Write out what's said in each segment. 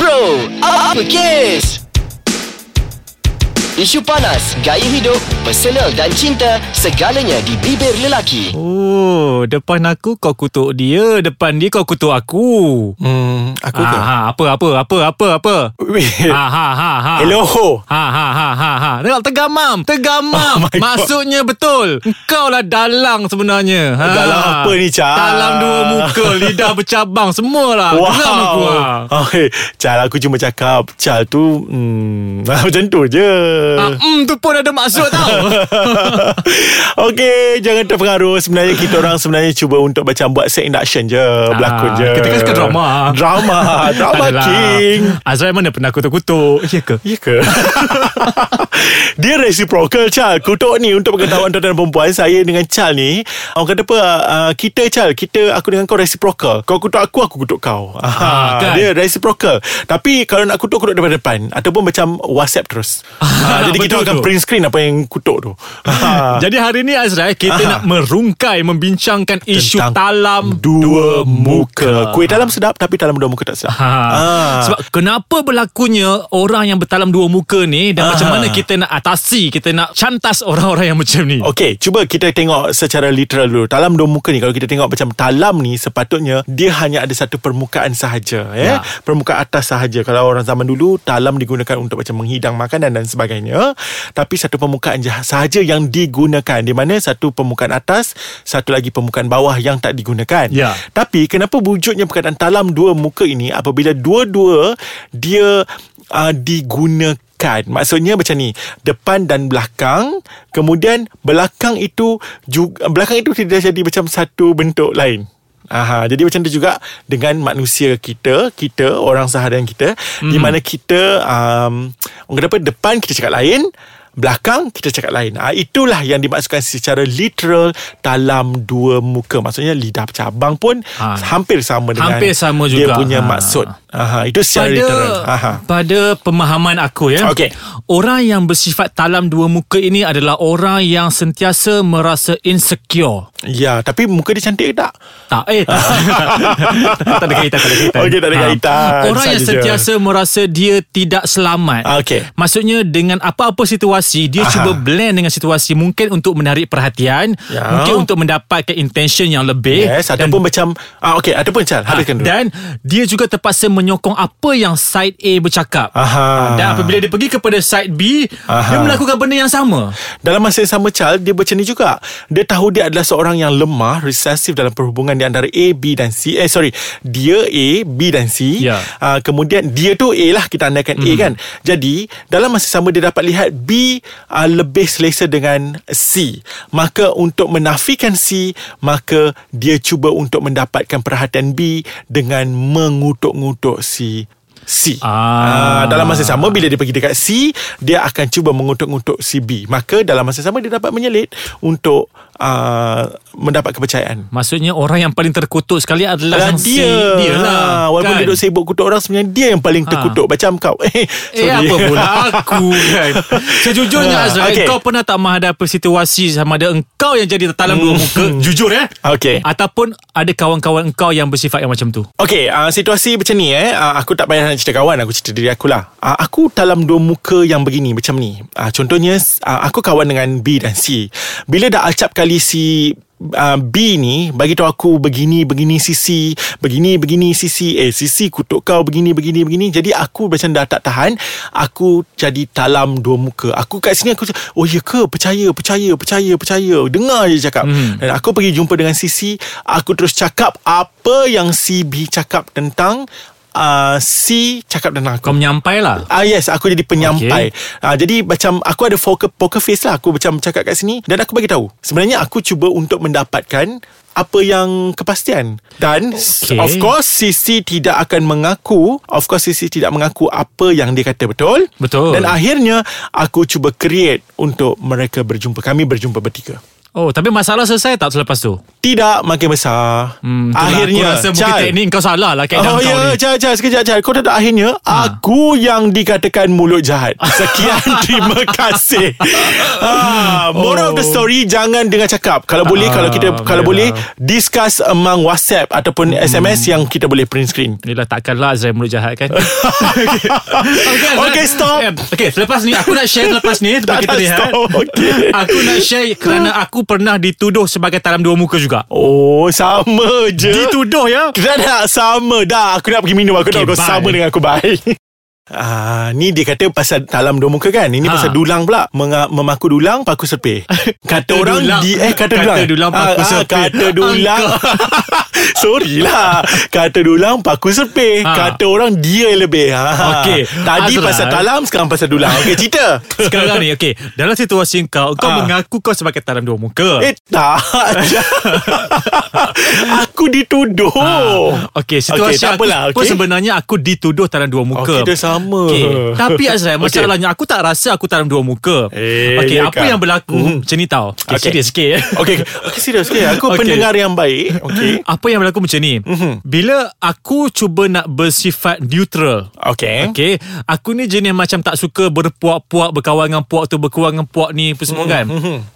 Bro, apa kes? Isu panas, gaya hidup, personal dan cinta, segalanya di bibir lelaki. Oh, depan aku kau kutuk dia, depan dia kau kutuk aku. Hmm, aku Ha ke? ha, apa apa apa apa apa. Wait. Ha ha ha ha. Hello. Ha ha ha ha ha. Tengok tegamam, tegamam. Oh my God. Maksudnya betul. Engkau lah dalang sebenarnya. Ha. Dalang apa ni, Char? Dalang dua muka, lidah bercabang semualah. Geram aku. Ha. Okay. Cal, Ah, aku cuma cakap Cal tu hmm, Macam tu je Ha, mm, tu pun ada maksud tau. Okey, jangan terpengaruh. Sebenarnya kita orang sebenarnya cuba untuk macam buat set induction je, berlakon je. Kita kan suka drama. Drama, drama Adalah. king. Azrai mana pernah kutuk-kutuk Ya ke? Ya ke? Dia reciprocal Chal Kutuk ni Untuk pengetahuan tuan dan perempuan Saya dengan Chal ni Orang kata apa uh, Kita Chal Kita aku dengan kau reciprocal Kau kutuk aku Aku kutuk kau ha, kan? Dia reciprocal Tapi kalau nak kutuk Kutuk daripada depan Ataupun macam Whatsapp terus ha, Jadi kita Ah, Betul akan tu. print screen Apa yang kutuk tu ha. Jadi hari ni Azrai Kita Aha. nak merungkai Membincangkan isu Ah. Tentang talam dua muka. Kuih dalam sedap tapi dalam dua muka tak sedap. Ha. Sebab kenapa berlakunya orang yang bertalam dua muka ni dan Ah. macam mana kita nak atasi, kita nak cantas orang-orang yang macam ni. Okey, cuba kita tengok secara literal dulu. Talam dua muka ni kalau kita tengok macam talam ni sepatutnya dia hanya ada satu permukaan sahaja, Ya. ya. Permukaan atas sahaja. Kalau orang zaman dulu talam digunakan untuk macam menghidang makanan dan sebagainya. Tapi satu permukaan je sahaja yang digunakan. Di mana satu permukaan atas, satu lagi permukaan bawah yang tak digunakan. Ya. kan? Tapi kenapa wujudnya perkataan talam dua muka ini apabila dua-dua dia uh, digunakan Maksudnya macam ni Depan dan belakang Kemudian belakang itu juga, Belakang itu tidak jadi macam satu bentuk lain Aha, jadi macam tu juga dengan manusia kita, kita orang seharian kita mm. di mana kita um, orang kata apa depan kita cakap lain, belakang kita cakap lain. Ha, itulah yang dimaksudkan secara literal dalam dua muka. Maksudnya lidah bercabang pun ha. Ha. hampir sama dengan Hampir sama dia juga. punya ha. Ha. maksud. Aha, itu secara pada literal. Aha. pada pemahaman aku ya. Okey. Orang yang bersifat talam dua muka ini adalah orang yang sentiasa merasa insecure. Ya, tapi muka dia cantik ke tak? Tak eh tak. tak ada kaitan tak ada kaitan. Okey, tak ada Ha. kaitan. Orang yang Saja je. sentiasa merasa dia tidak selamat. Ah, okey. Maksudnya dengan apa-apa situasi dia Aha. Aha. cuba blend dengan situasi mungkin untuk menarik perhatian, Ya. mungkin untuk mendapatkan intention yang lebih Yes, ataupun macam ah okey, ataupun Chal, Ha, habiskan Eh, dulu. Dan dia juga terpaksa menyokong apa yang side A bercakap. Aha. Dan apabila dia pergi kepada side B, Ah. Aha. dia melakukan benda yang sama. Dalam masa yang sama Chal Dia macam ni juga Dia tahu dia adalah seorang yang lemah Resesif dalam perhubungan Di antara A, B dan C Eh sorry Dia A, B dan C Ya. uh, Kemudian dia tu A lah Kita andaikan mm. A kan Jadi Dalam masa yang sama dia dapat lihat B uh, Lebih selesa dengan C Maka untuk menafikan C Maka dia cuba untuk mendapatkan perhatian B Dengan mengutuk-ngutuk C C Ah. Ah, dalam masa yang sama bila dia pergi dekat C dia akan cuba mengutuk-ngutuk si B maka dalam masa yang sama dia dapat menyelit untuk uh, mendapat kepercayaan Maksudnya orang yang paling terkutuk sekali adalah dan yang dia, C, dia lah. ha, Walaupun kan? Ah. dia duduk sibuk kutuk orang Sebenarnya dia yang paling terkutuk Macam kau Eh Eh, sorry. apa pula aku kan Sejujurnya Ah, Azrael okey. Kau pernah tak menghadapi situasi Sama ada engkau yang jadi tertalam dua muka Jujur eh Hmm. Okey. Ataupun ada kawan-kawan engkau yang bersifat yang macam tu Okay, uh, situasi macam ni eh. Uh, aku tak payah nak cerita kawan, aku cerita diri aku lah. Uh, aku dalam dua muka yang begini macam ni. Uh, contohnya uh, aku kawan dengan B dan C. Bila dah acap kali si Uh, B ni bagi tahu aku begini begini sisi begini begini sisi eh sisi kutuk kau begini begini begini jadi aku macam dah tak tahan aku jadi talam dua muka aku kat sini aku cakap, oh ya ke percaya percaya percaya percaya dengar je cakap hmm. dan aku pergi jumpa dengan sisi aku terus cakap apa yang si B cakap tentang uh, C cakap tentang aku Kau menyampai lah Ah yes, aku jadi penyampai. Okay. Ah jadi macam aku ada poker poker face lah aku macam cakap kat sini dan aku bagi tahu. Sebenarnya aku cuba untuk mendapatkan apa yang kepastian dan Okay. okay. of course Sisi tidak akan mengaku of course Sisi tidak mengaku apa yang dia kata betul Betul. dan akhirnya aku cuba create untuk mereka berjumpa kami berjumpa bertiga Oh tapi masalah selesai tak selepas tu Tidak makin besar Hmm, itulah. Akhirnya Aku rasa mungkin Chai. teknik kau salah lah Kaedah kau Oh ya, ni Ha. Chai, Chai, sekejap, Chai. Kau tak tahu akhirnya, aku yang dikatakan mulut jahat. Sekian, terima kasih. ha, moral of the Oh. story, jangan dengar cakap. Kalau boleh, Ah, Hmm. kalau kita, kalau biarlah. boleh, discuss among WhatsApp ataupun SMS yang kita boleh print screen. Yelah takkanlah Azrael mulut jahat kan okay. Kan? Okay, stop. Okay selepas ni Aku nak share selepas ni Sebab Tak kita nak lihat stop, okay. Aku nak share Kerana aku pernah dituduh Sebagai talam dua muka juga Oh, sama je. Dituduh ya Dah dah sama dah Aku nak pergi minum Aku Okay, okay, tahu kau bye. sama dengan aku Bye Ah, ni dia kata pasal dalam dua muka kan. Ini Ha. ha. pasal dulang pula. Menga- memaku dulang paku serpih. Kata orang dulang. di eh Kata kata dulang. dulang, paku Ah, ah, serpih. Kata dulang. Sorry lah. Kata dulang paku serpih. Ha. Kata orang dia yang lebih. Ha. Okey. Tadi Azlan. pasal talam sekarang pasal dulang. Okey, cerita. Sekarang ni okay Dalam situasi kau Kau Ah. mengaku kau sebagai talam dua muka Eh tak Aku dituduh Okay, Ah. situasi Okey, tak aku apalah, pun okey. sebenarnya aku dituduh taram dua muka. Okey, dia sama. Okey, Tapi Azrael, Okey. masalahnya aku tak rasa aku taram dua muka. Eh, Okey, ya apa kah? yang berlaku macam ni tau. Okay, Okey. serius sikit. Okay, okay serius okay. Aku Okey. okay. pendengar yang baik Okay Apa yang berlaku macam ni? Mhm. Bila aku cuba nak bersifat neutral, Okay, okay. Okay Aku ni jenis macam tak suka Berpuak-puak Berkawan dengan puak tu Berkuang dengan puak ni Apa Hmm, semua kan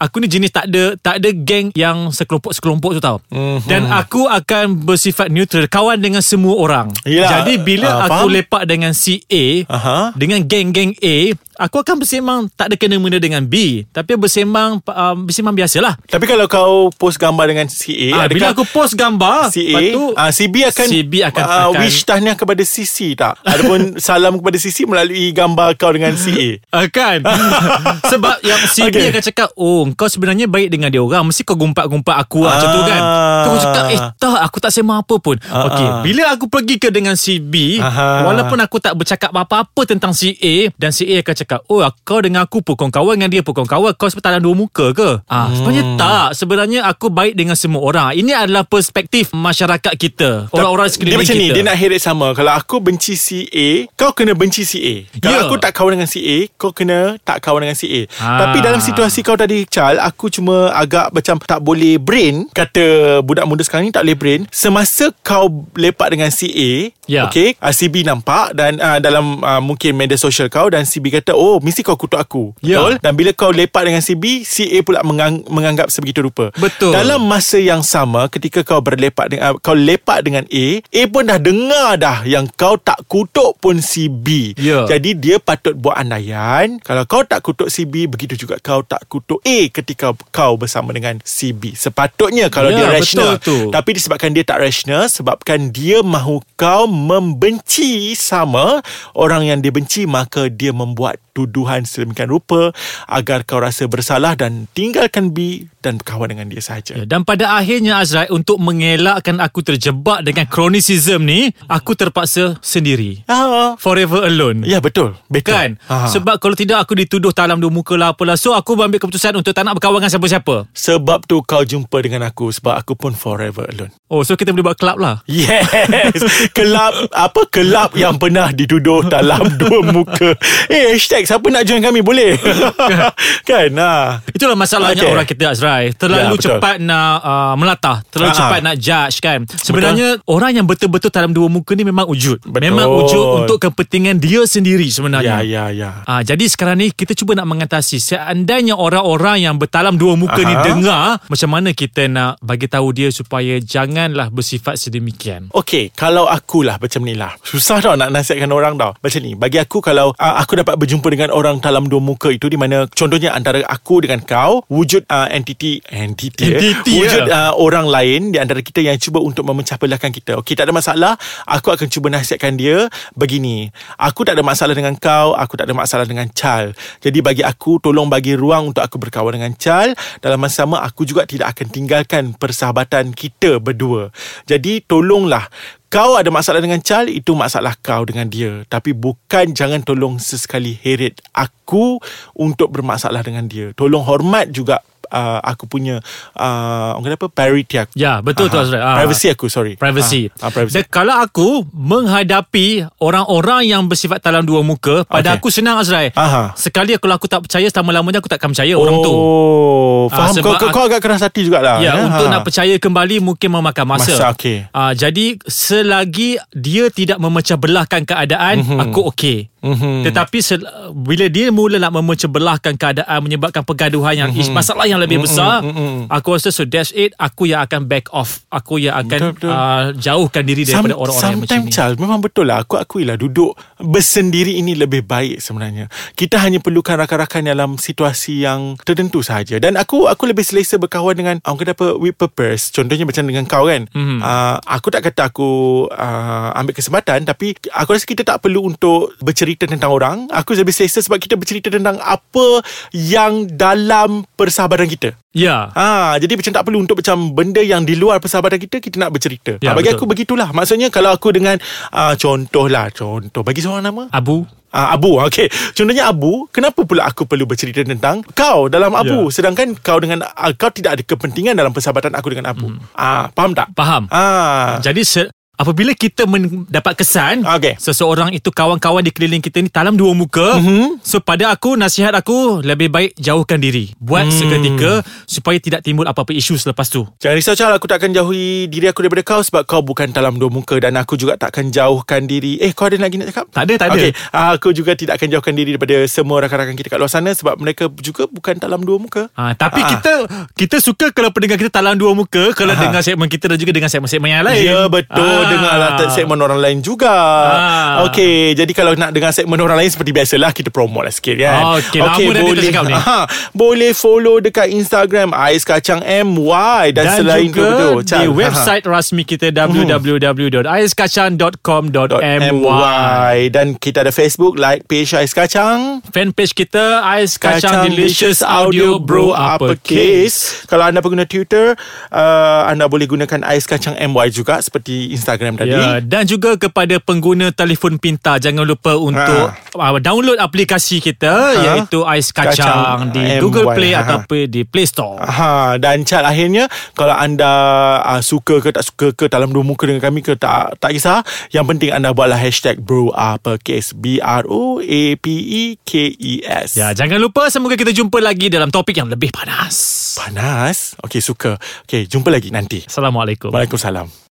Aku ni jenis tak ada Tak ada geng Yang sekelompok-sekelompok tu tau Hmm, Dan aku akan bersifat neutral Kawan dengan semua orang Yelah, Jadi bila ah, aku faham. lepak dengan si A Aha. Dengan geng-geng A Aku akan bersembang Tak ada kena-mena dengan B Tapi bersembang um, Bersembang biasalah Tapi kalau kau post gambar dengan si Ah, A Bila aku post gambar Ya, si A lepas tu, ah, Si B akan, Si B akan, ah, akan Wish tahniah kepada si C tak Ataupun salam kepada si C Melalui gambar kau dengan si A Uh, kan Sebab yang CB okay. Okay. akan cakap Oh kau sebenarnya baik dengan dia orang Mesti kau gumpat-gumpat aku lah Macam tu kan Ah. Tu aku cakap Eh tak aku tak sembang apa pun uh, Okay ah. Bila aku pergi ke dengan CB Aha. Walaupun aku tak bercakap apa-apa Tentang si A Dan si A akan cakap Oh kau dengan aku pun Kau kawan dengan dia pun Kau kawan Kau sebenarnya dua muka ke ah, Hmm. Sebenarnya tak Sebenarnya aku baik dengan semua orang Ini adalah perspektif masyarakat kita Orang-orang Dia sekeliling macam kita ni Dia nak heret sama Kalau aku benci si A Kau kena benci si A Kalau Ya. aku tak kawan dengan si A Kau kena tak kawan dengan si A Ah. Tapi dalam situasi kau tadi Chal Aku cuma agak macam Tak boleh brain Kata budak muda sekarang ni Tak boleh brain Semasa kau lepak dengan si A Ya. Okay uh, Si B nampak Dan uh, dalam uh, mungkin media sosial kau Dan si B kata Oh mesti kau kutuk aku Ya. Betul Dan bila kau lepak dengan si B Si A pula mengang- menganggap sebegitu rupa Betul. Dalam masa yang sama ketika kau berlepak dengan kau lepak dengan A, A pun dah dengar dah yang kau tak kutuk pun si B. Ya. Jadi dia patut buat andaian kalau kau tak kutuk si B begitu juga kau tak kutuk A ketika kau bersama dengan si B. Sepatutnya kalau Ya, dia rasional. betul tu. Tapi disebabkan dia tak rasional sebabkan dia mahu kau membenci sama orang yang dia benci maka dia membuat tuduhan sedemikian rupa agar kau rasa bersalah dan tinggalkan B dan berkawan dengan dia sahaja. Ya, Dan pada akhirnya Azrai untuk mengelakkan aku terjebak dengan kronisism ni, aku terpaksa sendiri. Ah, Forever alone. ya betul. Betul. Kan? Ah. Sebab kalau tidak aku dituduh talam dua muka lah apalah. So aku ambil keputusan untuk tak nak berkawan dengan siapa-siapa. sebab tu kau jumpa dengan aku sebab aku pun forever alone. Oh, so kita boleh buat club lah. Yes Kelab Apa kelab yang pernah dituduh Dalam dua muka Eh hashtag Siapa nak join kami boleh Kan ha. Itulah masalahnya okay. Okay. orang kita Azrai. Terlalu Ya, betul. cepat nak uh, melatah, terlalu Ha. cepat nak judge kan. Sebenarnya orang yang betul-betul talam dua muka ni memang wujud. Betul. Memang wujud untuk kepentingan dia sendiri Ya sebenarnya. ya ya Ah, jadi sekarang ni kita cuba nak mengatasi seandainya orang-orang yang bertalam dua muka Aha. ni Aha. dengar macam mana kita nak bagi tahu dia supaya janganlah bersifat sedemikian. Okay Kalau akulah macam ni lah Susah tau nak nasihatkan orang tau Macam ni Bagi aku kalau uh, Aku dapat berjumpa dengan orang Dalam dua muka itu Di mana Contohnya antara aku dengan kau Wujud uh, entiti Entiti, Entiti, eh? Wujud ya. uh, orang lain Di antara kita Yang cuba untuk memecah belahkan kita Okay tak ada masalah Aku akan cuba nasihatkan dia Begini Aku tak ada masalah dengan kau Aku tak ada masalah dengan Chal Jadi bagi aku Tolong bagi ruang Untuk aku berkawan dengan Chal Dalam masa sama Aku juga tidak akan tinggalkan Persahabatan kita berdua Jadi tolonglah kau ada masalah dengan Chal Itu masalah kau dengan dia Tapi bukan Jangan tolong sesekali heret Aku Untuk bermasalah dengan dia Tolong hormat juga uh, aku punya uh, orang kata apa parity aku. Ya, betul tu, Aha. Azrael. Ah. Privacy aku sorry. privacy. Ah, ah, privacy. Dan kalau aku menghadapi orang-orang yang bersifat talam dua muka, pada Okay. aku senang Azrai. Aha. Sekali kalau aku tak percaya selama-lamanya aku takkan percaya orang tu. Oh, Ah, faham sebab kau, kau, ak- kau agak keras hati jugalah. Ya, untuk nak percaya. percaya kembali mungkin memakan masa. Ah, Masa, okey. Ah, jadi selagi dia tidak memecah belahkan keadaan, Mhm. mm-hmm. aku okey. Mm-hmm. Tetapi sel- bila dia mula nak memecah belahkan keadaan menyebabkan pergaduhan yang Mhm. mm-hmm. masalah yang lebih mm-hmm. besar, mm-hmm. aku rasa so that's it, aku yang akan back off. Aku yang akan Betul, betul. Uh, jauhkan diri daripada orang-orang yang macam Sometimes ni. Charles Memang betul lah Aku akuilah duduk Bersendiri ini lebih baik sebenarnya Kita hanya perlukan rakan-rakan Dalam situasi yang tertentu sahaja Dan aku aku lebih selesa berkawan dengan Orang kata apa With purpose Contohnya macam dengan kau kan Mhm. mm-hmm. uh, Aku tak kata aku uh, Ambil kesempatan Tapi aku rasa kita tak perlu Untuk bercerita tentang orang Aku lebih selesa Sebab kita bercerita tentang Apa Yang dalam Persahabatan kita Ya. Ha, jadi macam tak perlu untuk macam benda yang di luar persahabatan kita kita nak bercerita. Ya, Ya, ha, betul. bagi betul. aku begitulah. Maksudnya kalau aku dengan uh, contohlah contoh bagi seorang nama Abu Uh, Abu Okay Contohnya Abu Kenapa pula aku perlu bercerita tentang Kau dalam Abu yeah. Ya. Sedangkan kau dengan uh, Kau tidak ada kepentingan Dalam persahabatan aku dengan Abu Hmm. mm. uh, Faham tak? faham. Ah, Jadi se- apabila kita mendapat kesan Okey. seseorang itu kawan-kawan di keliling kita ni talam dua muka, Mhm. mm-hmm. so pada aku nasihat aku lebih baik jauhkan diri. Buat Hmm. mm. seketika supaya tidak timbul apa-apa isu selepas tu. Jangan risau Charles Aku takkan jauhi diri aku daripada kau Sebab kau bukan dalam dua muka Dan aku juga takkan jauhkan diri Eh kau ada lagi nak cakap? Tak ada, tak ada. okay. Aku juga tidak akan jauhkan diri Daripada semua rakan-rakan kita kat luar sana Sebab mereka juga bukan dalam dua muka Ha, tapi Ah. kita kita suka kalau pendengar kita talam dua muka kalau dengar segmen kita dan juga dengan segmen-segmen yang lain. Ya betul Ah. Dengarlah te- segmen orang lain juga Ah. Okey Jadi kalau nak dengar segmen orang lain Seperti biasalah Kita promote lah sikit Ah, kan okey, lama dah kita boleh, cakap ni. Aha, boleh follow dekat Instagram Ais Kacang MY Dan, dan selain juga tu, betul, di Chal. Aha. Mhm. website rasmi kita www.aiskacang.com.my .my Dan kita ada Facebook Like page Ais Kacang Fanpage kita Ais Kacang, Kacang Delicious Audio Bro Uppercase Uppercase Kalau anda pengguna Twitter uh, Anda boleh gunakan Ais Kacang MY juga Seperti Instagram tadi Ya, dan juga kepada pengguna telefon pintar jangan lupa untuk uh, download aplikasi kita ha. iaitu Ais Kacang, Kacang di MY, Google Play ha. ataupun di Play Store. Ha, dan Chal akhirnya kalau anda uh, suka ke tak suka ke dalam dua muka dengan kami ke tak tak kisah yang penting anda buatlah hashtag bro uppercase B R O A P E K E S. Ya, jangan lupa semoga kita jumpa lagi dalam topik yang lebih panas. panas. Okey suka. Okey jumpa lagi nanti. Assalamualaikum. Waalaikumsalam.